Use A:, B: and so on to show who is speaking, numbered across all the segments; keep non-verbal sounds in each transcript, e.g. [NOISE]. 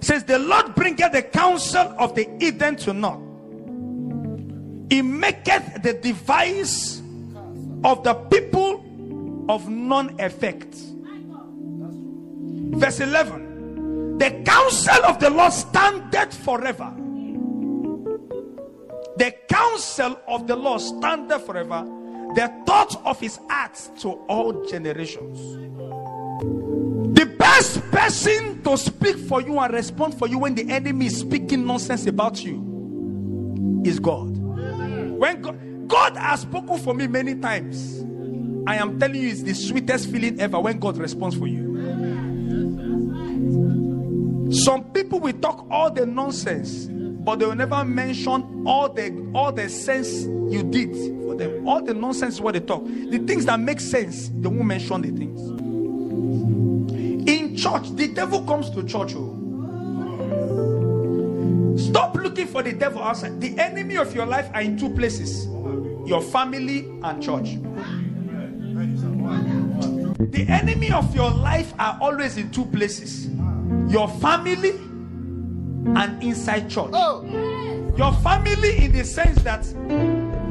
A: says, The Lord bringeth the counsel of the hidden to naught. He maketh the device of the people of none effect. Verse 11 The counsel of the Lord standeth forever. The counsel of the Lord standeth forever. The thoughts of his heart to all generations. The best person to speak for you and respond for you when the enemy is speaking nonsense about you is God. When God, God has spoken for me many times, I am telling you, it's the sweetest feeling ever when God responds for you. Some people will talk all the nonsense, but they will never mention all the all the sense you did for them. All the nonsense is what they talk. The things that make sense, they won't mention the things in church the devil comes to church oh. stop looking for the devil outside the enemy of your life are in two places your family and church the enemy of your life are always in two places your family and inside church your family in the sense that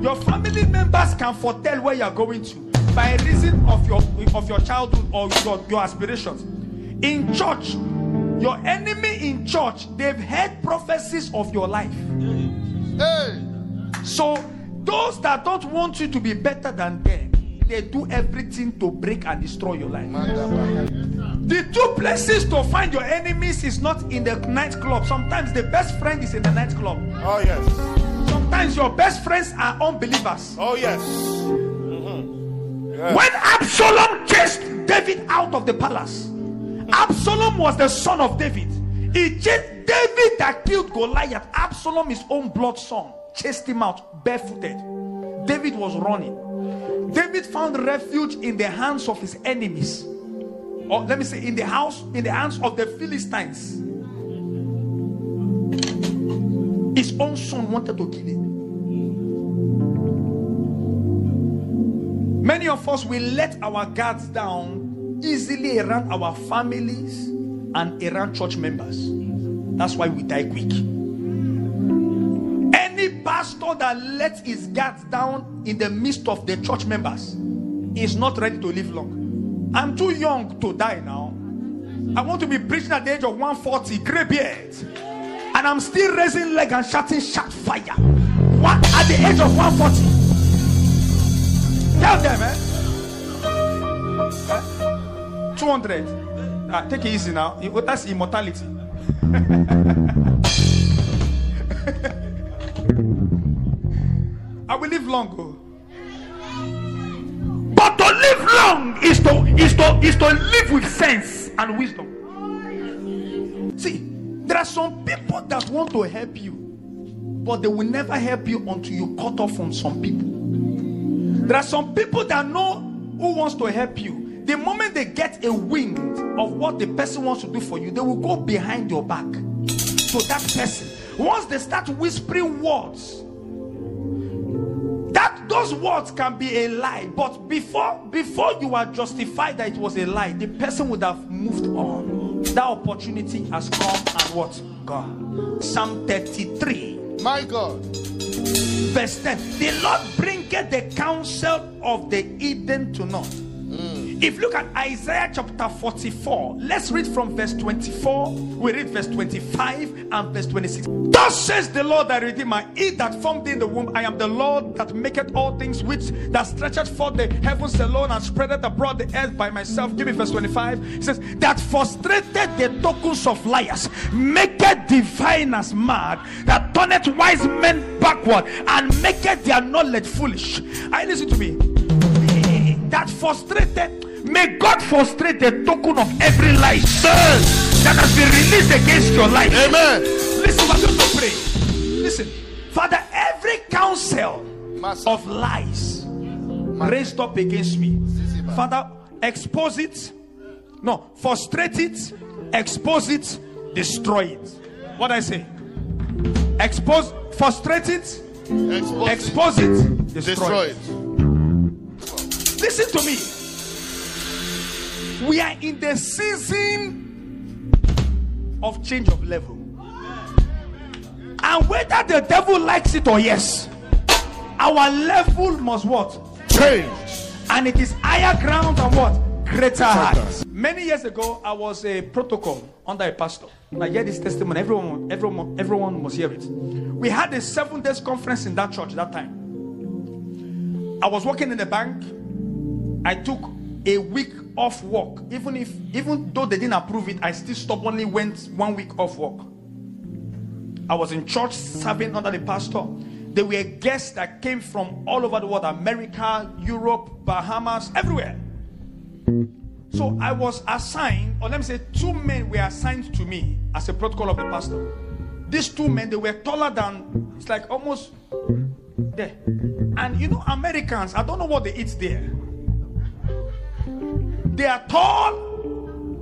A: your family members can foretell where you are going to by reason of your of your childhood or your, your aspirations in church your enemy in church they've heard prophecies of your life so those that don't want you to be better than them they do everything to break and destroy your life
B: Oh,
A: the two places to find your enemies is not in the nightclub sometimes the best friend is in the nightclub
B: Oh yes.
A: sometimes your best friends are unbelievers
B: Oh yes.
A: When Absalom chased David out of the palace, Absalom was the son of David. He chased David that killed Goliath. Absalom, his own blood son, chased him out barefooted. David was running. David found refuge in the hands of his enemies. Or let me say, in the house, in the hands of the Philistines. His own son wanted to kill him. Many of us will let our guards down easily around our families and around church members. That's why we die quick. Any pastor that lets his guards down in the midst of the church members is not ready to live long. I'm too young to die now. I want to be preaching at the age of 140, gray beard, and I'm still raising leg and shouting, "Shut fire!" What at the age of 140? Tell them, eh? Eh? 200. Ah, take it easy now. You- That's immortality. [LAUGHS] I will live long. oh. But to live long is to is to is to live with sense and wisdom. See, there are some people that want to help you, but they will never help you until you cut off from some people. There are some people that know who wants to help you. The moment they get a wind of what the person wants to do for you, they will go behind your back to that person. Once they start whispering words, that those words can be a lie. But before before you are justified that it was a lie, the person would have moved on. That opportunity has come and what? Gone. Psalm 33
B: My God.
A: verse 10 the lord bringeth the counsel of the hidden to naught if you look at isaiah chapter 44 let's read from verse 24 we read verse 25 and verse 26 thus says the lord thy redeemer he that formed thee in the womb i am the lord that maketh all things which that stretcheth forth the heavens alone and spreadeth abroad the earth by myself give me verse 25 he says that frustrated the tokens of liars maketh diviners mad that turneth wise men backward and maketh their knowledge foolish i listen to me that frustrated. May God frustrate the token of every life that has been released against your life.
B: Amen.
A: Listen, we're going to pray. Listen, Father, every counsel
B: Master.
A: of lies raised up against me, Father, expose it. No, frustrate it, expose it, destroy it. What I say? Expose, frustrate it,
B: Expose. it.
A: expose it, destroy,
B: Destroy
A: it.
B: it.
A: Listen to me. We are in the season of change of level. And whether the devil likes it or yes, our level must what?
B: Change.
A: and it is higher ground and what greater heights. Many years ago, I was a protocol under a pastor. And I hear this testimony. Everyone, everyone, everyone must hear it. We had a seven days conference in that church that time. I was working in the bank. I took a week off work. Even if, even though they didn't approve it, I still stubbornly went one week off work. I was in church serving under the pastor. There were guests that came from all over the world America, Europe, Bahamas, everywhere. So I was assigned, or let me say, two men were assigned to me as a protocol of the pastor. These two men, they were taller than, it's like almost there. And you know, Americans, I don't know what they eat there. They are tall,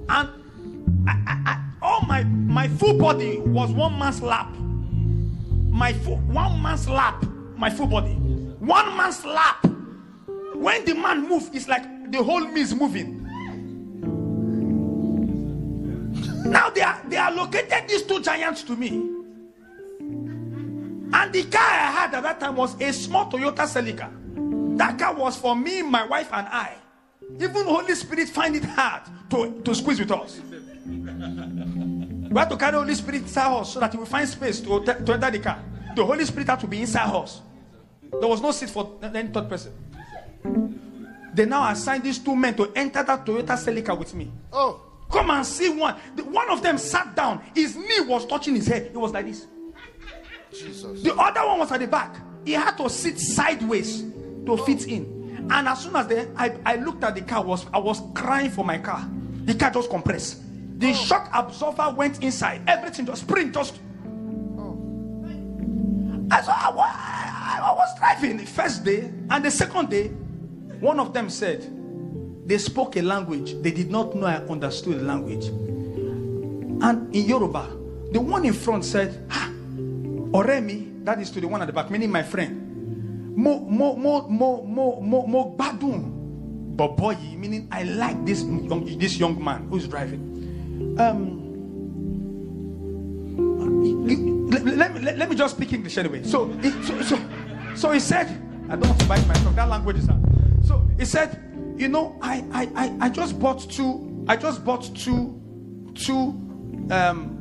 A: and all my my full body was one man's lap. My full, one man's lap. My full body. One man's lap. When the man moves, it's like the whole me is moving. Now they are they allocated these two giants to me. And the car I had at that time was a small Toyota Celica. That car was for me, my wife, and I. Even Holy Spirit find it hard to, to squeeze with us. We have to carry Holy Spirit inside us so that we find space to, to enter the car. The Holy Spirit had to be inside us. There was no seat for any third person. They now assigned these two men to enter that Toyota Celica with me.
B: Oh.
A: Come and see one. The- one of them sat down. His knee was touching his head. It was like this.
B: Jesus.
A: The other one was at the back. He had to sit sideways to fit in. And as soon as they, I, I looked at the car, was I was crying for my car. The car just compressed. The shock absorber went inside. Everything just spring just. I, saw, I, wa- I, I was driving the first day and the second day. One of them said they spoke a language they did not know I understood the language. And in Yoruba, the one in front said, "Ah, Oremi, that is to the one at the back, meaning my friend. Mo mo mo mo mo mo mo badun boboyi, meaning I like this young, this young man who's driving. Um, you- let, let me, let, let me just speak English anyway. So, it, so, so, so he said, I don't want to bite myself. That language is hard. So he said, you know, I, I, I, I just bought two, I just bought two, two, um,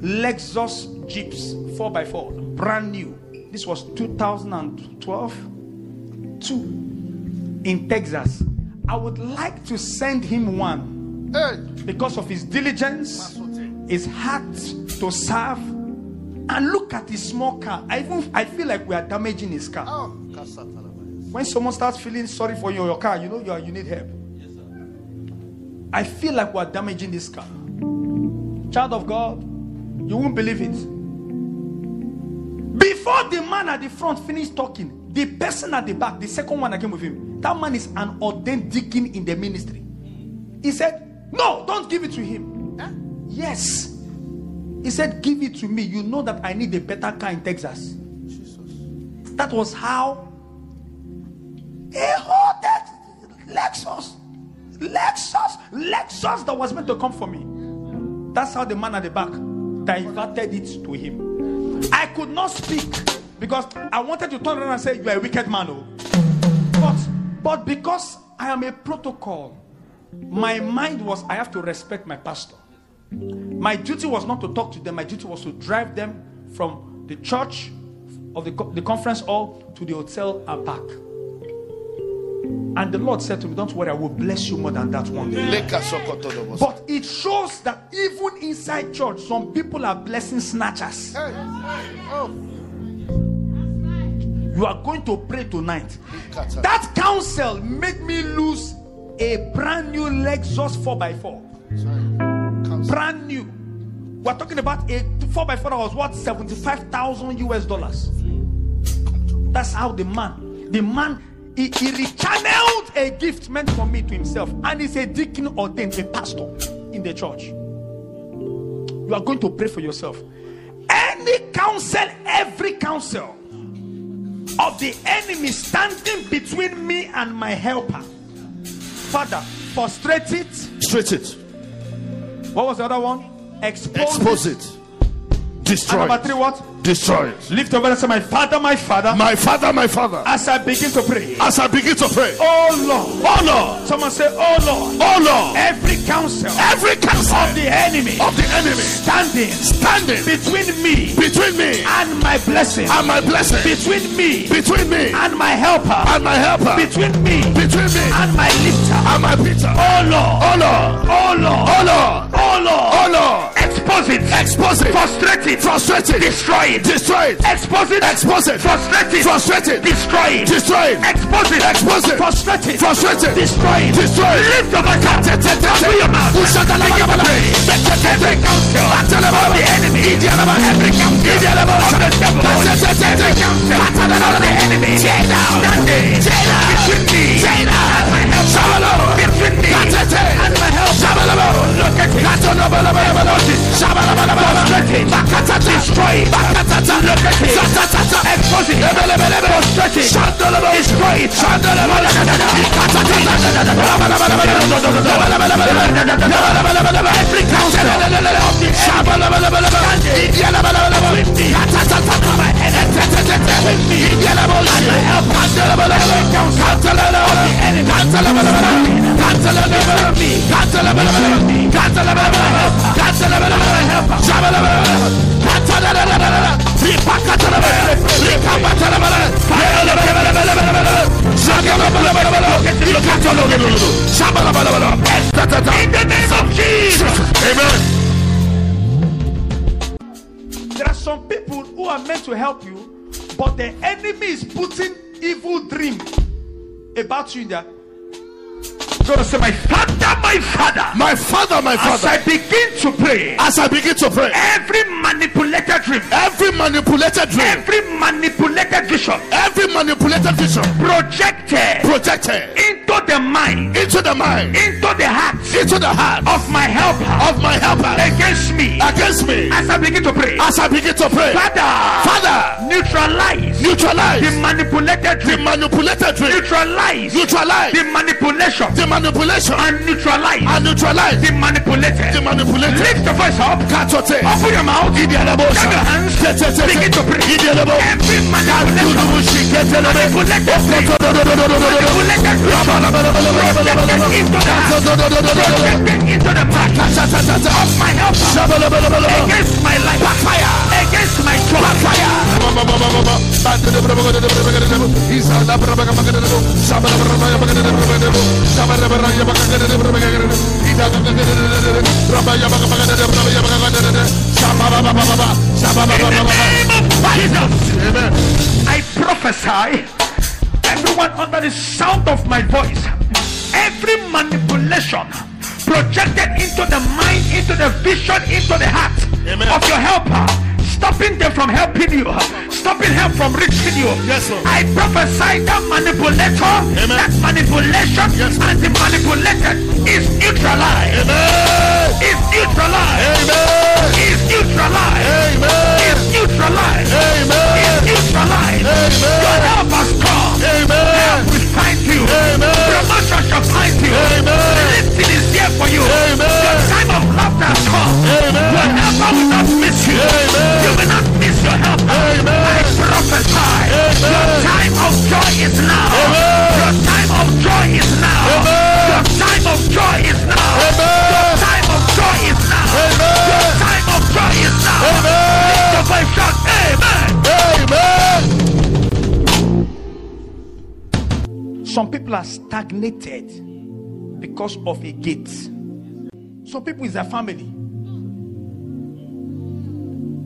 A: Lexus Jeeps 4x4, brand new. This was 2012, two in Texas. I would like to send him one
B: Hey.
A: because of his diligence, his heart to serve, and look at his small car. I even I feel like we are damaging his car.
B: Oh. Kasatalabayas.
A: When someone starts feeling sorry for your, your car, you know you, are, you need help. I feel like we are damaging this car. Child of God, you won't believe it. Before the man at the front finished talking, the person at the back, the second one that came with him, that man is an ordained deacon in the ministry. He said, No, don't give it to him.
B: Huh?
A: Yes. He said, Give it to me. You know that I need a better car in Texas.
B: Jesus.
A: That was how a whole that Lexus, Lexus, Lexus that was meant to come for me. That's how the man at the back diverted it to him. I could not speak because I wanted to turn around and say, You are a wicked man. Oh. But, but because I am a protocol, my mind was, I have to respect my pastor. My duty was not to talk to them, my duty was to drive them from the church of the, co- the conference hall to the hotel and back. And the Lord said to me, Don't worry, I will bless you more than that one day.
B: Leka Sokotolobos.
A: But it shows that even inside church, some people are blessing snatchers.
B: Hey. Oh.
A: You are going to pray tonight.
B: Kata-
A: That counsel made me lose a brand new Lexus 4x4.
B: Sorry. Counsel.
A: brand new. We're talking about a 4x4 that was worth 75,000 US dollars. That's how the man, the man, he, he rechanneled a gift meant for me to himself. And he's a deacon ordained, a pastor in the church. You are going to pray for yourself. Any counsel, every counsel of the enemy standing between me and my helper, Father, frustrate it.
B: Straight it.
A: What was the other one? Expose,
C: Expose
A: it.
C: it.
A: And
C: Destroy
A: number three,
C: it.
A: what?
C: Destroy it.
A: Lift your voice and say, My Father, my Father,
C: My father, my father,
A: as I begin to pray.
C: as I begin to pray,
A: Oh Lord.
C: oh Lord,
A: Someone say, Oh Lord.
C: oh Lord,
A: Every counsel
C: every
A: of
C: counsel
A: the enemy
C: of the enemy
A: standing
C: standing
A: between me
C: between me
A: and my blessing,
C: and my blessing,
A: between me
C: between me
A: and my helper,
C: and my helper,
A: between me
C: between me
A: and my lifter.
C: and my Peter.
A: Oh Lord.
C: Oh Lord,
A: Oh Lord.
C: oh Lord,
A: Oh Lord.
C: oh Lord,
A: Expose it.
C: expose it,
A: Frustrate it.
C: frustrate it,
A: Destroy it.
C: destroy it,
A: Expose it.
C: expose it,
A: Frustrate it.
C: frustrate it,
A: Destroy it.
C: destroy it,
A: Expose it.
C: expose it,
A: Frustrate it.
C: frustrate it,
A: Destroy it.
C: destroy it.
A: Lift up a cat. Open your mouth. Every counsel of the enemy. Every counsel of the devil. Every counsel of the enemy. Standing between me and my help. Between me and my help. Look at it. Frustrate it. Destroy it. Look at it. Expose it. Frustrate it. Destroy it. Every counsel of the
C: Amen.
A: There are some people who are meant to help you, but the enemy is putting evil dream about you. That God will say, "My father, my father."
C: My father, my
A: As
C: father,
A: I begin to pray,
C: as I begin to pray,
A: every manipulated dream,
C: every manipulated dream,
A: every manipulated vision
C: every manipulated vision
A: projected
C: projected
A: into the mind,
C: into the mind,
A: into the heart
C: into the heart
A: of my helper
C: of my helper
A: against me.
C: against me.
A: As I begin to pray,
C: As I begin to pray,
A: Father,
C: Father,
A: neutralize the
C: neutralize
A: manipulated
C: the
A: dream,
C: manipulated dream,
A: neutralize
C: neutralize
A: the manipulation
C: the manipulation,
A: and neutralize
C: and neutralize
A: the manipulated.
C: the manipulated.
A: Lift the voice up,
C: Katote,
A: open your mouth, clap your
C: Idialabosa,
A: hands, begin to pray.
C: Idialabo,
A: Every manipulation,
C: Urubushi, Ketelebe,
A: manipulated dream,
C: Okotododododododododo.
A: manipulated vision, projected into the heart,
C: Katododododododo.
A: projected into the mind of my helper
C: Shabalabalabalaba.
A: against my life, against my job, in the name of Jesus. I prophesy everyone under the sound of my voice, every manipulation projected into the mind, into the vision, into the heart
C: Amen.
A: of your helper, stopping them from helping you, stopping help from reaching you.
C: Yes, Lord.
A: I prophesy that manipulator,
C: Amen.
A: that manipulation,
C: Yes, Lord.
A: and the manipulated is neutralized.
C: Amen.
A: Is neutralized.
C: Amen.
A: Is neutralized.
C: Amen.
A: Is neutralized. Is
C: Amen.
A: neutralized. Your
C: Amen.
A: help has come. Help
C: Amen.
A: will find you.
C: Amen.
A: Promotion shall find you.
C: Amen.
A: Lifting is here for you.
C: Amen.
A: Your time of laughter has come.
C: Amen.
A: Your helper will not miss you.
C: Amen.
A: You will not miss your helper.
C: Amen.
A: I prophesy. Your time of joy is now.
C: Amen.
A: Your time of joy is now.
C: Amen.
A: Your time of joy is now. Your time of joy is now. Your time of joy is now. Lift your voice, shout, Amen. Some people are stagnated because of a gate. Some people is their family.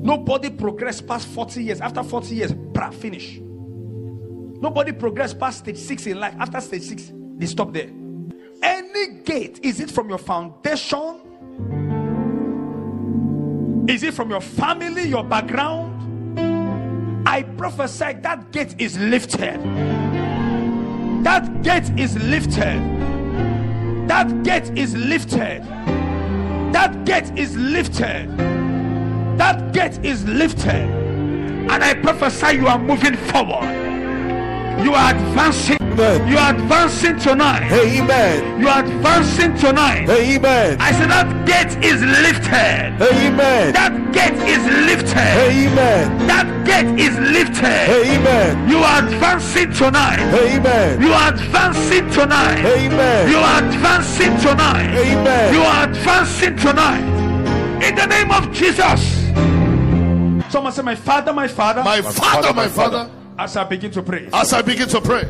A: Nobody progress past 40 years. After 40 years, pra, finish. Nobody progress past stage six in life. After stage six, they stop there. Any gate, is it from your foundation? Is it from your family, your background? I prophesy that gate is lifted. That gate is lifted. That gate is lifted. That gate is lifted. That gate is lifted. And I prophesy you are moving forward. You are advancing.
B: Amen.
A: You are advancing tonight.
B: Amen.
A: You are advancing tonight.
B: Amen.
A: I said that gate is lifted.
B: Amen.
A: That gate is lifted.
B: Amen.
A: That gate is lifted.
B: Amen.
A: You are advancing tonight.
B: Amen.
A: You are advancing tonight.
B: Amen.
A: You are advancing tonight.
B: Amen.
A: You are advancing tonight. In the name of Jesus. Someone say, My father, my father.
C: My father, my father,
A: as I begin to pray.
C: as I begin to pray,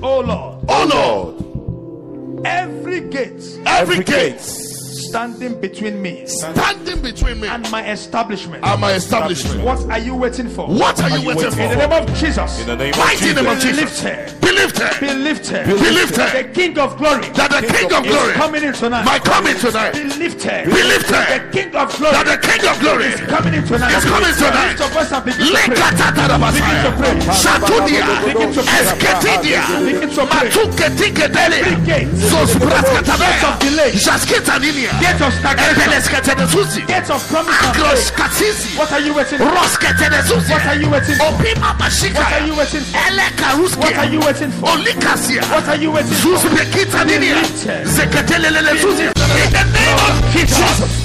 A: Oh Lord,
C: oh Lord,
A: every gate
C: every gate
A: standing between me
C: standing between me
A: and my establishment.
C: and my establishment,
A: What are you waiting for?
C: what are you waiting
A: In the
C: for?
A: name of Jesus.
D: In the name of
C: Right in the name
D: Jesus.
C: of Jesus.
A: lifted.
C: Be lifted.
A: Be lifted.
C: Be lifted.
A: The King of Glory.
C: That the King of
A: is
C: Glory
A: coming in tonight.
C: might come in
A: Be
C: tonight.
A: lifted.
C: Be lifted.
A: The King of Glory.
C: That the King of Glory
A: is coming in tonight.
C: is coming tonight.
A: Lift your voice and begin to pray.
C: Lekatatarabasaya, Shatudia,
A: Begin to pray.
C: Esketidia,
A: Begin to pray. Every
C: Matuketiketele,
A: gate. Gates of
C: Zosbraskatabeya,
A: delay.
C: Jaskitaninia,
A: Gate of stagnation.
C: Epelesketenesusi,
A: Gate of promise. and faith.
C: Akroskatisi,
A: What are you waiting for?
C: Rosketenesusi,
A: What are you waiting for?
C: Opima
A: What are
C: Mashikaya,
A: you waiting for? What are you
C: Elekaruski,
A: waiting for?
C: Olikasia,
A: What are you waiting for?
C: Suspekitaninia, Zeketelelesusi, in the name of Jesus.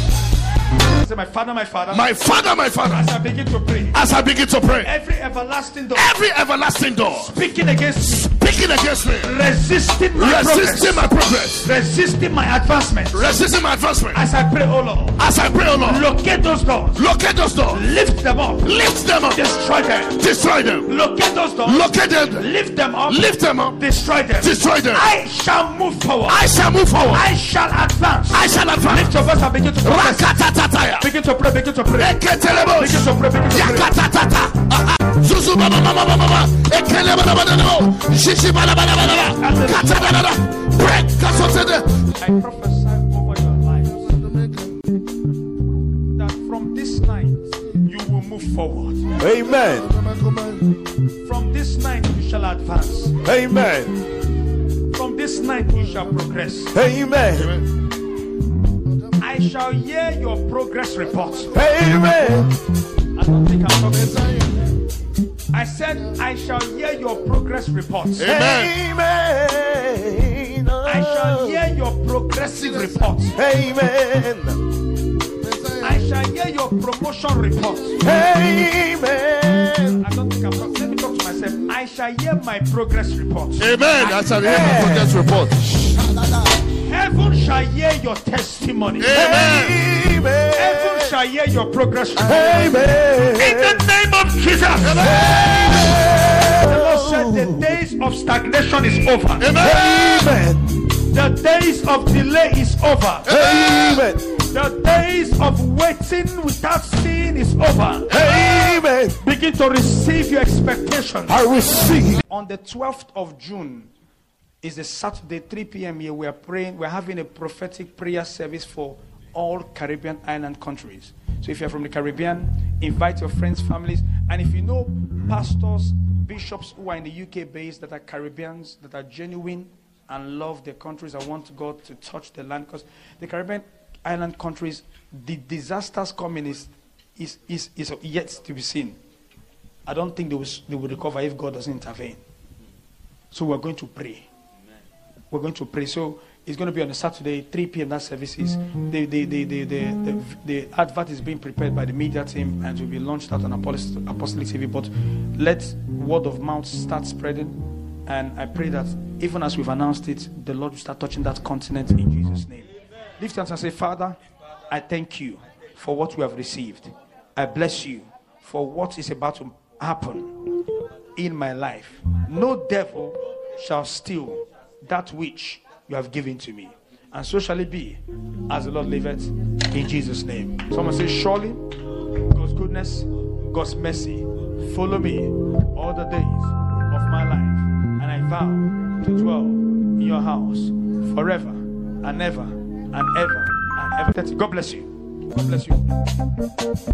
A: Say, my father, my father.
C: My father, my father,
A: as I begin to pray,
C: as I begin to pray,
A: every everlasting door
C: every everlasting door
A: speaking against me,
C: speaking against me.
A: resisting my
C: resisting my
A: progress,
C: progress,
A: resisting my advancement.
C: resisting my advancement.
A: As I pray, oh Lord,
C: As I pray, O Lord,
A: locate those doors,
C: locate those doors,
A: lift them up,
C: lift them up,
A: destroy them.
C: destroy them,
A: Locate those doors,
C: locate them,
A: lift them up,
C: lift them up,
A: destroy them.
C: destroy them.
A: I shall move forward.
C: I shall move forward.
A: I shall advance.
C: I shall
A: Lift
C: advance.
A: your voice and begin to pray.
C: Rakatatataya.
A: Begin to pray. Begin to pray. Begin
C: Eketelebos.
A: to pray. Begin to pray.
C: Yakatatata. Ah, ah. Zuzu baba mama mama mama. Ekelebalabalabo. Shishi balabalaba. Katabala. Break kasotede.
A: I prophesy over your lives that from this night you will move forward.
B: Amen.
A: From this night you shall advance.
B: Amen.
A: From this night you shall progress.
B: Amen.
A: I shall hear your progress report.
B: Amen.
A: I don't think I'm talking. I said, I shall hear your progress report.
C: Amen.
B: Amen.
A: I shall hear your progressive report.
B: Amen.
A: I shall hear your promotion report.
B: Amen.
A: I don't think I'm talking. Let me talk to myself. I shall hear my progress report.
C: Amen. I shall hear my progress report.
A: Heaven shall hear your testimony.
C: Amen.
A: Heaven
B: Amen.
A: shall hear your progress. report. In
B: Amen.
A: the name of Jesus. The Lord said the days of stagnation is over.
C: Amen.
B: Amen.
A: The days of delay is over.
B: Amen.
A: The days of waiting without seeing is over.
B: Amen.
A: Begin to receive your expectations.
B: I receive.
A: On the 12th of June is a Saturday, 3 p.m. here. We are praying, we're having a prophetic prayer service for all Caribbean island countries. So if you're from the Caribbean, invite your friends, families, and if you know pastors, bishops who are in the UK based that are Caribbeans, that are genuine and love their countries and want God to touch the land, because the Caribbean island countries, the disasters coming is, is, is, is yet to be seen. I don't think they will, s- they will recover if God doesn't intervene. So we're going to pray. We're going to pray. So it's going to be on a Saturday, 3 p.m. That services. The, the, the, the, the, the, the advert is being prepared by the media team and will be launched out on Apost- Apostolic TV. But let word of mouth start spreading. And I pray that even as we've announced it, the Lord will start touching that continent in Jesus' name. Lift your hands and say, Father, I thank you for what we have received. I bless you for what is about to happen in my life. No devil shall steal that which you have given to me. And so shall it be as the Lord liveth in Jesus' name. Someone says, Surely God's goodness, God's mercy follow me all the days of my life. And I vow to dwell in your house forever and ever and ever and ever. That's it. God bless you. God bless you.